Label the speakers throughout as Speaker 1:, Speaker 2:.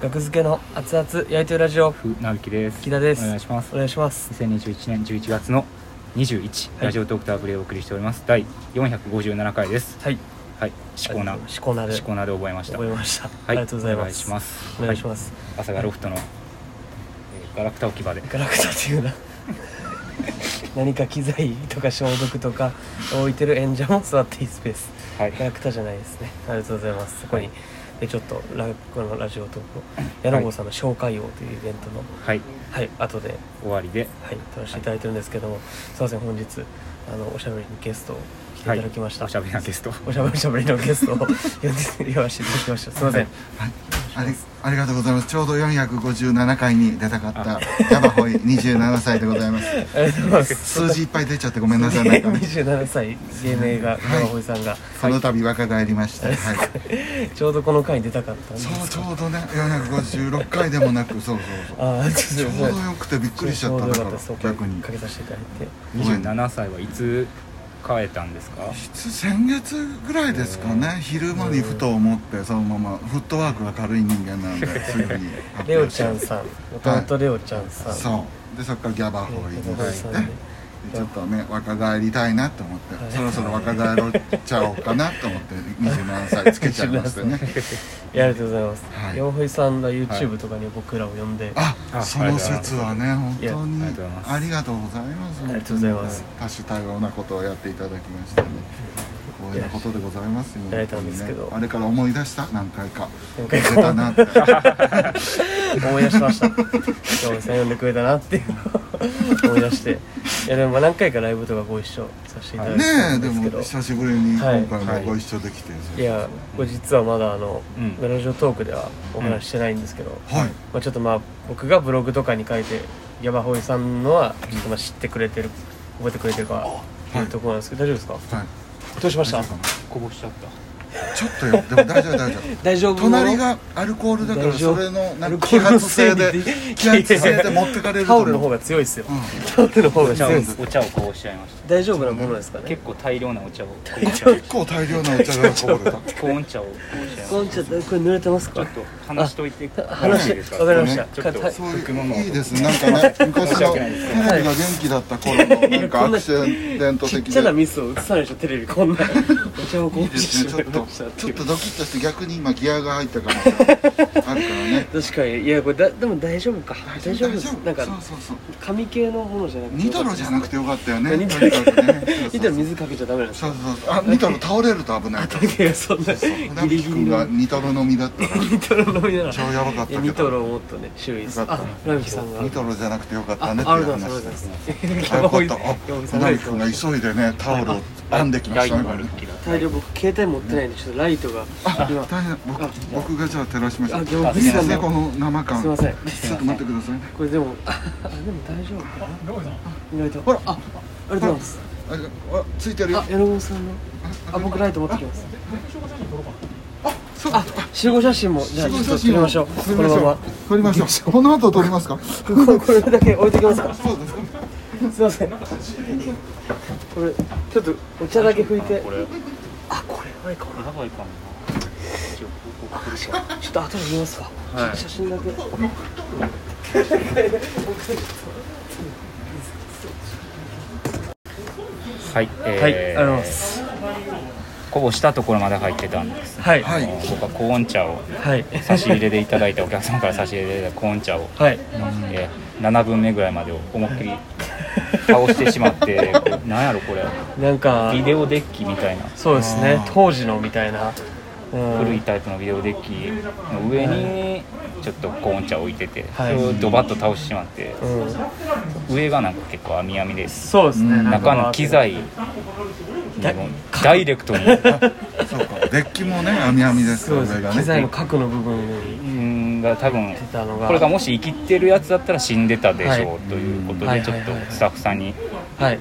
Speaker 1: 学付けの熱々焼いてるラジオ
Speaker 2: ふなびきです
Speaker 1: 木田です
Speaker 2: お願いします
Speaker 1: お願いします
Speaker 2: 2021年11月の21、
Speaker 1: はい
Speaker 2: ラジオトークターブレをお送りしております第457回です
Speaker 1: はい
Speaker 2: はいしこな
Speaker 1: しこなで
Speaker 2: しこなで覚えました
Speaker 1: 覚えました、
Speaker 2: は
Speaker 1: ありがとうございます
Speaker 2: お願いします
Speaker 1: お願いし
Speaker 2: は
Speaker 1: ます、
Speaker 2: い朝がロフトの、えーガラクタ置き場で
Speaker 1: ガラクタと いうな何か機材とか消毒とか置いてる演者も座っていいスペース
Speaker 2: はい
Speaker 1: ガラクタじゃないですねありがとうございますそこに、でちょっとラこのラジオトークを柳郷さんの紹介王というイベントの
Speaker 2: はい
Speaker 1: はい後で
Speaker 2: 終わりで
Speaker 1: はい、撮らせていただいてるんですけども、すいません、本日、あのおしゃべりにゲストを来ていただきました。
Speaker 2: はい、おしゃべりなゲスト
Speaker 1: おしゃべりおしゃべりのゲス トを呼んで呼ばせていただきました。すいません。
Speaker 3: ありありがとうございますちょうど457回に出たかったヤバホイ27歳でございます
Speaker 1: ありがとうございます。
Speaker 3: 数字いっぱい出ちゃってごめんなさいなんか
Speaker 1: 二十七歳芸名が
Speaker 3: はい
Speaker 1: 山堀さんが、
Speaker 3: この度若返りまし た、はい、
Speaker 1: ちょうどこの回に出たかったんです
Speaker 3: そうちょうどね456回でもなくそうそうそう
Speaker 1: ああち
Speaker 3: ち
Speaker 1: ょ
Speaker 3: ょ
Speaker 1: っと
Speaker 3: う
Speaker 1: ご
Speaker 3: ど
Speaker 1: めん
Speaker 3: よくてびっくりしちゃった
Speaker 1: ちょうど
Speaker 3: だか
Speaker 1: よ
Speaker 3: ら
Speaker 1: ったです
Speaker 3: 逆に
Speaker 1: かけさせていただいて
Speaker 2: 27歳はいつ変えたんですか
Speaker 3: 先月ぐらいですかね昼間にふと思ってそのままフットワークが軽い人間なんですぐに発表し
Speaker 1: レオちゃんさん弟レオちゃんさん、
Speaker 3: そうでそこからギャバホイに
Speaker 1: 山
Speaker 3: 入
Speaker 1: 堀
Speaker 3: って
Speaker 1: さんで、
Speaker 3: でちょっとね若返りたいなと思って、
Speaker 1: はい
Speaker 3: そろそろ若返ろちゃおうかなと思って27歳つけちゃいましたね
Speaker 1: いやありがとうございます。
Speaker 3: はい
Speaker 1: 山堀さんが YouTube とかに僕らを呼んで、
Speaker 3: あ
Speaker 2: あ
Speaker 3: その説はね本
Speaker 1: いや
Speaker 3: 当に
Speaker 2: ありがとうございます
Speaker 3: あり
Speaker 1: ありが
Speaker 3: がとうございます
Speaker 1: とうございます
Speaker 3: 多種多様なことをやっていただきましたね光栄なことでございますよ
Speaker 1: いやいただいたんですけど
Speaker 3: 本当にねあれから思い出した何回か
Speaker 1: 何回
Speaker 3: 出
Speaker 1: か
Speaker 3: たなって
Speaker 1: 思い出しました山本さん呼んでくれたなっていうのを思い出していやでもまあ何回かライブとかご一緒させていただい
Speaker 3: ね
Speaker 1: た
Speaker 3: え
Speaker 1: ん
Speaker 3: で
Speaker 1: ですけ
Speaker 3: も
Speaker 1: ど、
Speaker 3: 久しぶりに
Speaker 1: はい
Speaker 3: 今回もご一緒できて、
Speaker 1: い、やこれ実はまだあの、
Speaker 2: うん
Speaker 1: メラジオトークではお話ししてないんですけど、ま
Speaker 3: はい
Speaker 1: あ、ちょっとまあ僕がブログとかに書いてヤバホイさんのはちょっとまあ知ってくれてる覚えてくれてるかっていうところなんですけど、大丈夫ですか
Speaker 3: はい
Speaker 1: どうしました
Speaker 2: こぼしちゃった
Speaker 3: ちょっとよでも大丈夫大丈夫
Speaker 1: 大丈夫
Speaker 3: 隣がアルコールだから
Speaker 1: 大丈夫
Speaker 3: それのなんか
Speaker 1: アルコ
Speaker 3: 揮
Speaker 1: ールの
Speaker 3: 発
Speaker 1: せい
Speaker 3: 性
Speaker 1: で
Speaker 3: で 揮発性で持ってかれると
Speaker 1: タオ
Speaker 3: 思う
Speaker 1: ルの方が強いですよ、
Speaker 3: うん
Speaker 1: タオルの方が
Speaker 2: お
Speaker 1: 強
Speaker 2: 茶を
Speaker 1: いです
Speaker 2: お茶をこぼしちゃいまし
Speaker 1: 大丈夫なものですか
Speaker 2: た
Speaker 1: ね
Speaker 2: 結構大量なお茶をこぼしちゃいまし
Speaker 3: 結構大量なお茶がこぼれ た
Speaker 2: たコーン茶をこぼしちゃいました
Speaker 1: こんちゃってこれ濡れてます
Speaker 2: ちょ
Speaker 1: か
Speaker 2: っと話しといてもらっ
Speaker 1: 話
Speaker 2: ていいです
Speaker 1: わかりま
Speaker 3: し
Speaker 1: した
Speaker 2: ちょっと
Speaker 1: か
Speaker 3: そう
Speaker 2: 僕のも
Speaker 3: いういいですねなん かね昔
Speaker 2: 申し
Speaker 3: の
Speaker 2: 訳
Speaker 3: テ
Speaker 2: ない
Speaker 3: レ
Speaker 2: です
Speaker 3: ビが元気だった頃のなんかアクシデント
Speaker 1: ちっ
Speaker 3: 的
Speaker 1: ちゃな
Speaker 3: で
Speaker 1: ミスを映さないでしょテレビこんなお茶をこ
Speaker 3: い
Speaker 1: ぼ
Speaker 3: いで
Speaker 1: し
Speaker 3: す
Speaker 1: てしまい
Speaker 3: ねちょっと
Speaker 1: ましたって
Speaker 3: ちょ
Speaker 1: いう
Speaker 3: っとドキッとして逆に今ギアが入った 可能性があるからね
Speaker 1: 確かにいやこれだでも大丈夫か大丈夫ですなんか
Speaker 3: そうそうそう
Speaker 1: 紙系のものじゃなくて
Speaker 3: ニトロじゃなくてよかったよね
Speaker 1: ニ
Speaker 3: ニ
Speaker 1: ト
Speaker 3: ト
Speaker 1: ロ
Speaker 3: ロね
Speaker 1: ニトロ水かけちゃダメなんです
Speaker 3: そうそうそうあニトロ倒れると危ないから
Speaker 1: いやそんなギリギリ
Speaker 3: 君
Speaker 1: の
Speaker 3: がニトロ飲みだったから
Speaker 1: ニトロ飲みなら
Speaker 3: 超やばかった
Speaker 1: い
Speaker 3: け
Speaker 1: や
Speaker 3: ど
Speaker 1: ニトロをもっとね注意す
Speaker 3: よ
Speaker 1: る
Speaker 3: かっ
Speaker 1: あ
Speaker 3: た
Speaker 1: ラミキさんが
Speaker 3: ニトロじゃなくてよかっ
Speaker 1: あ、あ
Speaker 3: た
Speaker 1: り
Speaker 3: ね
Speaker 1: が
Speaker 3: っていう
Speaker 1: とうござい
Speaker 3: 話
Speaker 1: ます。山本さん
Speaker 3: ですあよかったあナビ君が急いでねタオルを編んできま
Speaker 2: ライ
Speaker 3: した
Speaker 2: ト
Speaker 3: ね
Speaker 2: が
Speaker 3: こ
Speaker 2: あ
Speaker 3: れ
Speaker 2: る
Speaker 3: ね
Speaker 2: 気が
Speaker 1: 大丈夫僕携帯持ってないんでちょっとライトが今
Speaker 3: あ大変僕僕がじゃあ照らしましょ
Speaker 1: あ
Speaker 3: うい
Speaker 1: 行
Speaker 3: い
Speaker 1: 司
Speaker 3: で
Speaker 1: さん
Speaker 3: すねこ
Speaker 1: の
Speaker 3: の生感
Speaker 1: すいません
Speaker 3: ちょっと待ってくださいね
Speaker 1: これでもあでも大丈夫かな意外とほらあありがとうございます
Speaker 3: ああついてるよ
Speaker 1: あ、米子さんの。あ、僕ライト持ってきます。
Speaker 3: あそう
Speaker 1: あ、集合写真も、じゃあ、ちょっと撮りましょう。
Speaker 3: 撮り
Speaker 1: こ
Speaker 3: ま
Speaker 1: の
Speaker 3: し
Speaker 1: まま
Speaker 3: ょう。撮りまし ょうこの後撮りますか
Speaker 1: これ、これだけ置いてきますか。
Speaker 3: そうですか
Speaker 1: すいません。これ、ちょっと、お茶だけ拭いて。あ、これ、あれかもな。
Speaker 2: やばいかも
Speaker 1: ち
Speaker 2: な
Speaker 1: ょっと後で見ますか。
Speaker 2: はい
Speaker 1: 写真だけ。
Speaker 2: はい、えー
Speaker 1: す。
Speaker 2: こぼしたところまで入ってたんです
Speaker 1: はい。
Speaker 3: はい
Speaker 2: 僕はコーン茶を
Speaker 1: はい。
Speaker 2: 差し入れでいただいたお客様から差し入れでいただいたコーン茶を、
Speaker 1: はい。
Speaker 2: えー、7分目ぐらいまでを思いっ きり倒してしまってこうなんやろこれ
Speaker 1: なんか
Speaker 2: ビデオデッキみたいな
Speaker 1: そうですね。当時のみたいな。うん
Speaker 2: 古いタイプのビデオデッキの上にちょっとコーン茶を置いてて、
Speaker 1: はい
Speaker 2: それをドバッと倒してしまって、
Speaker 1: うん
Speaker 2: 上がなんか結構網網です
Speaker 1: そうですね。なんか
Speaker 2: 中の機材に
Speaker 1: だ
Speaker 2: もダイレクトに
Speaker 3: そうかデッキもね網網です
Speaker 1: そう
Speaker 3: から
Speaker 1: です
Speaker 3: 上
Speaker 1: ね
Speaker 3: が。
Speaker 1: 機材
Speaker 3: ね
Speaker 1: の核の部分に
Speaker 2: うんが多分
Speaker 1: 出たのが。
Speaker 2: これがもし生きてるやつだったら死んでたでしょう、
Speaker 1: はい
Speaker 2: ということ
Speaker 1: はい
Speaker 2: でちょっと
Speaker 1: はいはい
Speaker 2: スタッフさんに
Speaker 1: はい。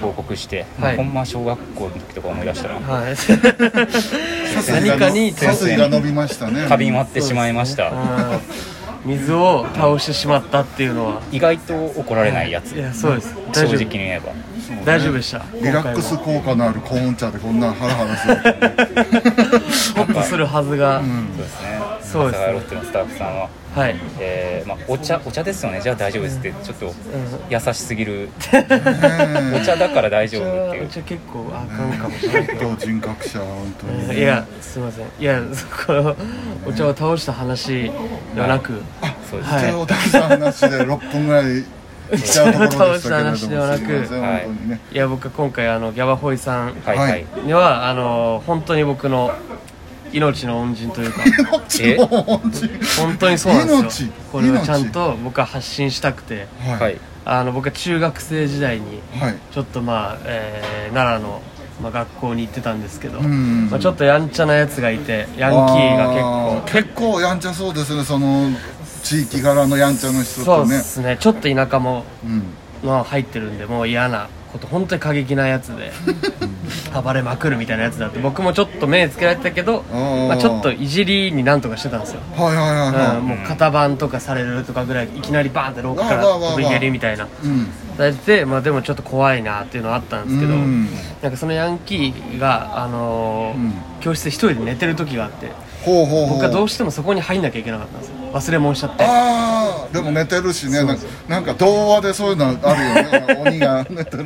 Speaker 2: 報告して、
Speaker 1: はい
Speaker 2: ほんま小学校の時とか思い出したら
Speaker 1: はい。
Speaker 3: が
Speaker 1: 何かに
Speaker 3: 砂水が伸びましたね
Speaker 2: 花瓶割ってしまいまし
Speaker 1: う
Speaker 2: た、
Speaker 1: ん水を倒してしまったっていうのは
Speaker 2: 意外と怒られないやつ、
Speaker 1: いやそうです
Speaker 2: 正
Speaker 1: 大丈
Speaker 2: 直に
Speaker 1: 夫
Speaker 2: 言えば
Speaker 1: 大丈夫でした
Speaker 3: リラックス効果のあるコーン茶でこんなハラハラする
Speaker 1: ホップするはずが
Speaker 2: そうですね阿
Speaker 1: そうです
Speaker 2: 佐ヶ谷ロッテのスタッフさんは、
Speaker 1: はい、
Speaker 2: えーまあ、お茶お茶ですよねじゃあ大丈夫ですってちょっと優しすぎる
Speaker 3: ね
Speaker 2: お茶だから大丈夫っていう
Speaker 1: うち結構あ
Speaker 3: え
Speaker 1: かんかもしれないけど
Speaker 3: 本当人格者本当に、
Speaker 1: うん
Speaker 3: ね、
Speaker 1: いやすいませんいやこのお茶を倒した話ではなく、
Speaker 2: そうです
Speaker 1: は
Speaker 2: ね、
Speaker 1: い
Speaker 3: 手を出した話で6分ぐらいしちゃうところでしたけれども
Speaker 1: 手を出した話ではなく
Speaker 3: すいません
Speaker 2: はい
Speaker 3: 本当にね、
Speaker 1: いや僕は今回あのギャバホイさん
Speaker 2: はい、はい
Speaker 3: はい
Speaker 1: にはあの本当に僕の命の恩人というか
Speaker 2: え
Speaker 3: 命の恩人
Speaker 1: 本当にそうなんですよ
Speaker 3: 命
Speaker 1: これをちゃんと僕は発信したくて
Speaker 3: はい
Speaker 2: はい
Speaker 1: あの僕は中学生時代に
Speaker 3: はい
Speaker 1: ちょっとまあ、えー奈良の、まあ、学校に行ってたんですけど、
Speaker 3: うん
Speaker 1: まあ、ちょっとやんちゃなやつがいてヤンキーが結構
Speaker 3: あー結構やんちゃそうですねその地域柄のやんちゃの人
Speaker 1: そう
Speaker 3: と
Speaker 1: で
Speaker 3: ね
Speaker 1: すねちょっと田舎も
Speaker 3: うん
Speaker 1: の入ってるんでもう嫌なこと本当に過激なやつ で暴れまくるみたいなやつだって僕もちょっと目つけられてたけど、
Speaker 3: ー
Speaker 1: まあ、ちょっといじりになんとかしてたんですよ、
Speaker 3: はいはいは
Speaker 1: う
Speaker 3: い
Speaker 1: ん
Speaker 3: は
Speaker 1: もう型番とかされるとかぐらいいきなりバーンって廊下から
Speaker 3: わあわあわあ
Speaker 1: 飛び蹴りみたいない
Speaker 3: うん
Speaker 1: されてて、まあ、でもちょっと怖いなっていうのはあったんですけど、
Speaker 3: うん
Speaker 1: なんかそのヤンキーが、あのー
Speaker 3: うん
Speaker 1: 教室で一人で寝てる時があって
Speaker 3: ほうほうほう
Speaker 1: 僕はどうしてもそこに入んなきゃいけなかったんですよ忘れ物しちゃって
Speaker 3: ああでも寝てるしねなんかなんか童話でそういうのあるよね鬼が寝てる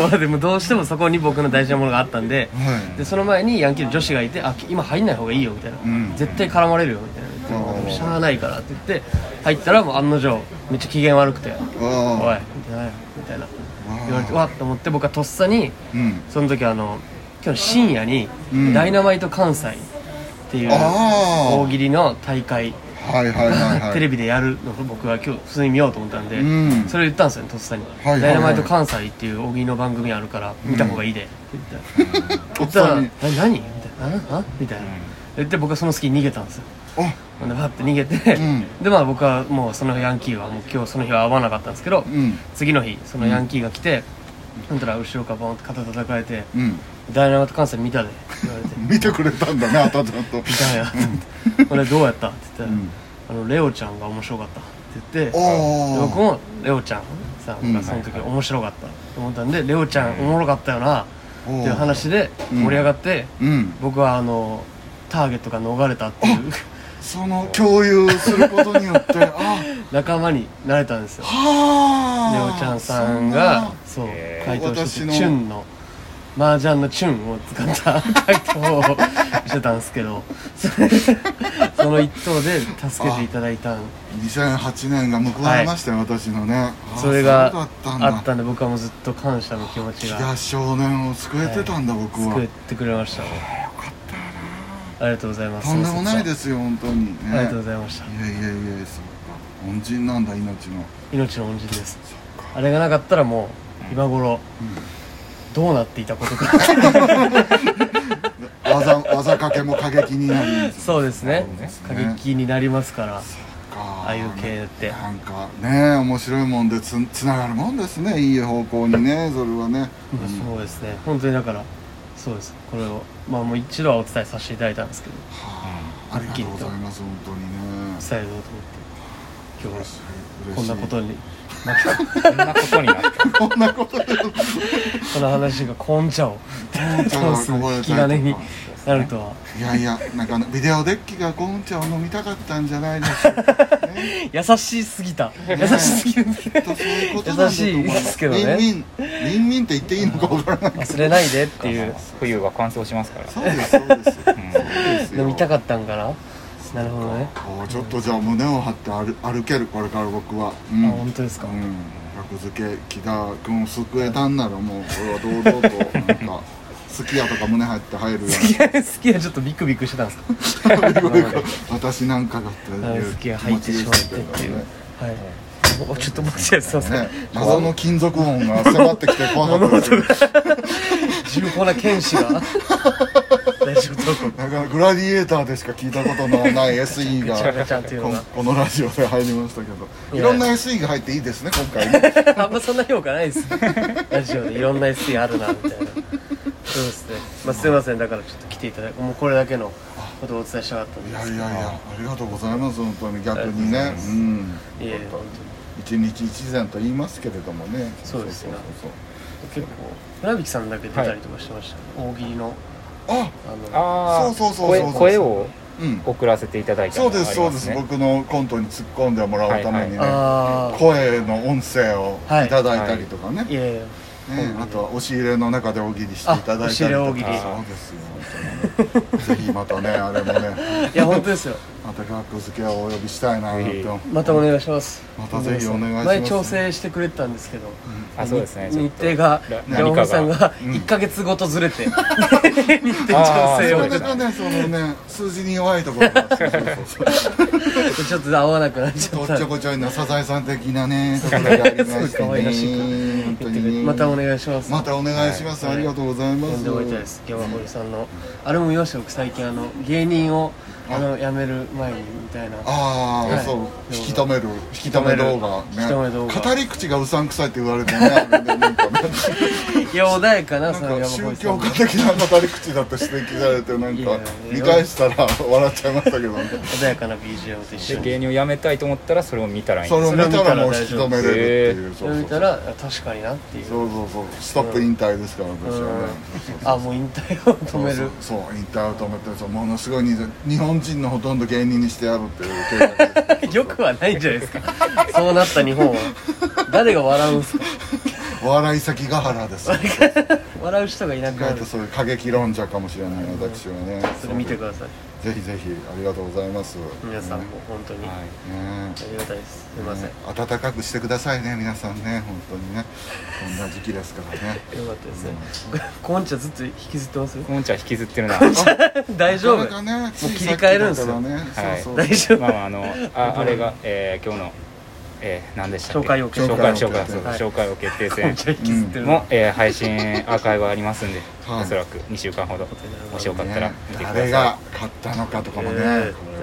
Speaker 3: はい
Speaker 1: でもでもどうしてもそこに僕の大事なものがあったんで、でその前にヤンキーの女子がいて「あ今入んない方がいいよ」みたいな、
Speaker 3: ん
Speaker 1: 絶対絡まれるよ」みたいな言って
Speaker 3: うん
Speaker 1: でも「しゃあないから」って言って入ったらもう案の定めっちゃ機嫌悪くて「おい
Speaker 3: あ
Speaker 1: みたいな」みたいな言われてわっと思って僕はとっさに
Speaker 3: ーうん
Speaker 1: その時あの今日深夜に
Speaker 3: うん
Speaker 1: 「ダイナマイト関西」っていう
Speaker 3: あー
Speaker 1: 大喜利の大会
Speaker 3: はいはいはいはい
Speaker 1: テレビでやるのを僕は今日普通に見ようと思ったんで、
Speaker 3: うん
Speaker 1: それを言ったんですよねとっさに、
Speaker 3: いはいはい
Speaker 1: ダイナマイト関西」っていう大喜利の番組あるから見た方がいいで」って言ったら
Speaker 3: とっ
Speaker 1: じゃ
Speaker 3: さ
Speaker 1: あ
Speaker 3: に
Speaker 1: え何みたいなああみたいな言って僕はその隙に逃げたんですよ
Speaker 3: あ
Speaker 1: ほんでバッて逃げて、
Speaker 3: ん
Speaker 1: でまあ僕はもうそのヤンキーはもう今日その日は会わなかったんですけど、
Speaker 3: うん
Speaker 1: 次の日そのヤンキーが来て、なんたら後ろからボンって肩叩かれて
Speaker 3: うん
Speaker 1: 「ダイナマイト関西見たで」って言われて「
Speaker 3: 見てくれたんだねあたちゃんと
Speaker 1: 見たよ」って「俺どうやった?」って言ったら、
Speaker 3: うん
Speaker 1: あの「レオちゃんが面白かった」って言って
Speaker 3: お
Speaker 1: で僕
Speaker 3: お
Speaker 1: もレオちゃんさんがその時面白かったと思ったんで、レオちゃんおもろかったよなっていう話で盛り上がって、
Speaker 3: うん
Speaker 1: 僕はあのターゲットが逃れたっていう
Speaker 3: その共有することによってあ
Speaker 1: 仲間になれたんですよレ
Speaker 3: はあ
Speaker 1: オちゃんさんがそう
Speaker 2: へー
Speaker 1: 回答し
Speaker 3: 私
Speaker 1: て
Speaker 3: の
Speaker 1: てチュンの麻雀のチュンを使った回答をしてたんですけ どそれその一投で助けていただいたん
Speaker 3: 2008年が報われましたよ、私のねあ
Speaker 1: それが
Speaker 3: そうだったんだ
Speaker 1: あったんで僕はもうずっと感謝の気持ち
Speaker 3: 気
Speaker 1: が
Speaker 3: が少年を救えてたんだ、僕は
Speaker 1: 救ってくれましたよかったなありがとうございます
Speaker 3: とんでもないですすよ本当に、
Speaker 1: あ
Speaker 3: ね、
Speaker 1: りがとうございました
Speaker 3: いやいやいやそうか恩人なんだ命の
Speaker 1: 命の恩人ですあれがなかったらもう今頃、どうなっていたことか
Speaker 3: 技技かけも過激になり
Speaker 1: そうですね
Speaker 3: そう
Speaker 1: 過
Speaker 3: ですね
Speaker 1: 激になりますから
Speaker 3: か
Speaker 1: ああいう系って
Speaker 3: なんかね面白いもんでつつながるもんですねいい方向にねそれはね
Speaker 1: そうですね本当にだからそうですこれをまあもう一度はお伝えさせていただいたんですけど
Speaker 3: ありがとうございます本当にね
Speaker 1: 伝えようと思って今日はこんなこ
Speaker 3: で
Speaker 1: とに巻き込む
Speaker 2: こんなことになって
Speaker 3: こんなことで
Speaker 1: この話がこんちゃを
Speaker 3: ちゃを
Speaker 1: 通す 引き金になるとはい
Speaker 3: やいやなんかビデオデッキがコンチャを飲みたかったんじゃないでしょうか
Speaker 1: 優しすぎた優しすぎる
Speaker 3: きっとそういうことなん
Speaker 1: 優
Speaker 3: だと思う
Speaker 1: しいですけどね
Speaker 3: ウィンウィンウィンウィンって言っていいのか分からない
Speaker 1: 忘れないでっていう
Speaker 2: 冬が乾燥しますから
Speaker 3: そうですそうですそうですよ
Speaker 1: 飲みたかったんかななるほどね
Speaker 3: おーちょっとじゃあ胸を張って歩歩けるこれから僕は、う
Speaker 1: あ
Speaker 3: ん、
Speaker 1: 本当ですか
Speaker 3: うん格付け木田君を救えたんならもう俺は堂々となんかすき家とか胸張って入るよ
Speaker 1: 好きや好きやちょっとビクビクしてたんですか
Speaker 3: うな私なんかだっていう
Speaker 1: 好きや入ってしまってっていうはいおちょっと待ってすいません
Speaker 3: ね、謎の金属音が迫ってきて怖かったです
Speaker 1: 重厚な剣士 が大丈夫どう
Speaker 3: なんかグラディエーターでしか聞いたことのない SE
Speaker 1: ガチャガチ
Speaker 3: が
Speaker 1: ャっていう
Speaker 3: こ
Speaker 1: の
Speaker 3: の
Speaker 1: が
Speaker 3: このラジオで入りましたけどいろんな SE が入っていいですね今回ね
Speaker 1: あんまそんな評価ないですよラジオでいろんな SE あるなみたいなそうですね、まあ、すいませんだからちょっと来ていただくもうこれだけのことをお伝えしたかったん
Speaker 3: い
Speaker 1: で
Speaker 3: や
Speaker 1: すい
Speaker 3: いやいやありがとうございます本当に逆にねうん
Speaker 1: えいえ本
Speaker 3: 一日一善と言いますけれどもね
Speaker 1: そうですね
Speaker 3: そう
Speaker 1: 当に結構船引さんだけ出たりとかしてましたね、大喜利の
Speaker 3: そうそう
Speaker 1: あ
Speaker 3: あ
Speaker 1: の
Speaker 2: ああ
Speaker 3: そうそうそうそ
Speaker 2: 声
Speaker 3: う
Speaker 2: 声を
Speaker 3: うん
Speaker 2: 送らせていただいた
Speaker 3: そ
Speaker 2: の
Speaker 3: う
Speaker 2: があり
Speaker 3: です、
Speaker 2: ますね
Speaker 3: そうです僕のコントに突っ込んでもらうためにね、
Speaker 1: ああ
Speaker 3: 声の音声をいただいたりとかね,、
Speaker 1: いやいや
Speaker 3: ねあとは押し入れの中で大喜利していた
Speaker 1: あ
Speaker 3: だいたりとか
Speaker 1: 押し入れ大喜
Speaker 2: 利
Speaker 3: そうですよ本当にぜひま たねあれもね
Speaker 1: いや本当ですよ
Speaker 3: また学校付けをお呼びしたいな
Speaker 2: ぜひ
Speaker 3: と
Speaker 1: またお願いします
Speaker 3: またぜひお願いします
Speaker 1: 前調整してくれてたんですけど
Speaker 2: あそうですねちょっ
Speaker 1: 日
Speaker 2: と
Speaker 1: 程が
Speaker 2: ら
Speaker 1: 山本さん
Speaker 2: 何か
Speaker 1: が1か月ごとずれて日程
Speaker 2: あ
Speaker 1: 調
Speaker 2: ー
Speaker 1: 整
Speaker 3: そ
Speaker 1: を
Speaker 3: れがねそのね数字に弱いところがそうそうそう
Speaker 1: ちょっと合わなくなっちゃ
Speaker 3: お
Speaker 1: っ
Speaker 3: ったちょこちょいなサザエさん的なねところがあ りまして
Speaker 1: 可愛らしい
Speaker 3: ね本当にね
Speaker 1: またお願いします
Speaker 3: またお願いします、
Speaker 1: はい
Speaker 3: ありがとうございま
Speaker 1: 呼ん
Speaker 3: す
Speaker 1: でおいたいです今日は堀さんのあれも見ましたよ僕最近あの芸人をあの辞める前にみたいな
Speaker 3: ああ、
Speaker 1: はい
Speaker 3: そう
Speaker 1: どうぞ
Speaker 3: 引き止める引き止め動画
Speaker 1: 引き止め動画
Speaker 3: 語り口がうさんくさいって言われてねあれね なんかね
Speaker 1: いや穏やかな
Speaker 3: なん
Speaker 1: その
Speaker 3: か
Speaker 1: 山
Speaker 3: 宗
Speaker 1: 堀さ
Speaker 3: 教
Speaker 1: ん
Speaker 3: 家的な語り口だと指摘されてなん
Speaker 1: いやい
Speaker 3: か
Speaker 1: や
Speaker 3: 見返したら笑っちゃいましたけどね
Speaker 1: 穏やかな BGM と一緒
Speaker 2: で
Speaker 1: に
Speaker 2: 芸人を辞めたいと思ったらそれを見たらいいん
Speaker 3: そ
Speaker 2: で
Speaker 3: れを見たらもう引き止めれるっていう、
Speaker 1: それ見たらあ確かになっていう
Speaker 3: そうそうそうストップ引退ですから私はね
Speaker 1: あもう引退を止める
Speaker 3: そうそうそう引退を止めてそうものすごい人数日本人のほとんど芸人にしてやるっていう計画で す
Speaker 1: よくはないんじゃないですか そうなった日本は誰が笑うんすか
Speaker 3: お笑い先ヶ原です意
Speaker 1: 笑う人がいなくな
Speaker 3: 外
Speaker 1: る
Speaker 3: とそういう過激論者かもしれない私はね
Speaker 1: それ見てください
Speaker 3: ぜひぜひありがとうございます
Speaker 1: 皆さんも
Speaker 3: ね
Speaker 1: 本当にあ
Speaker 2: はい
Speaker 1: りがたいですすいません
Speaker 3: ね
Speaker 1: よ
Speaker 3: 暖かくしてくださいね皆さんね本当にねこんな時期ですからね
Speaker 1: かったですねコンチャずっと引きずってます
Speaker 2: コンちゃん引きずって るな
Speaker 1: 大丈
Speaker 3: な
Speaker 1: 夫
Speaker 3: かなかねつい
Speaker 1: もう切り替えるんですよ
Speaker 3: さっきだからね
Speaker 2: はい
Speaker 3: そうそう
Speaker 1: 大丈夫
Speaker 2: まあまああのああれが、えー、今日の、えー、何でしたっ
Speaker 1: 紹
Speaker 2: け
Speaker 1: 介を
Speaker 2: 紹介
Speaker 3: 紹
Speaker 2: 紹
Speaker 3: 介を
Speaker 2: 介そうだ
Speaker 1: はい
Speaker 2: 紹介を決定
Speaker 1: コン
Speaker 2: 戦
Speaker 1: チャ引きずってるの
Speaker 2: も、えー、配信アーカイブありますんで、
Speaker 3: はい
Speaker 2: おそらく2週間ほどもしよかったら見てください
Speaker 3: 誰が買ったのかとかもね、
Speaker 1: ええ
Speaker 3: これ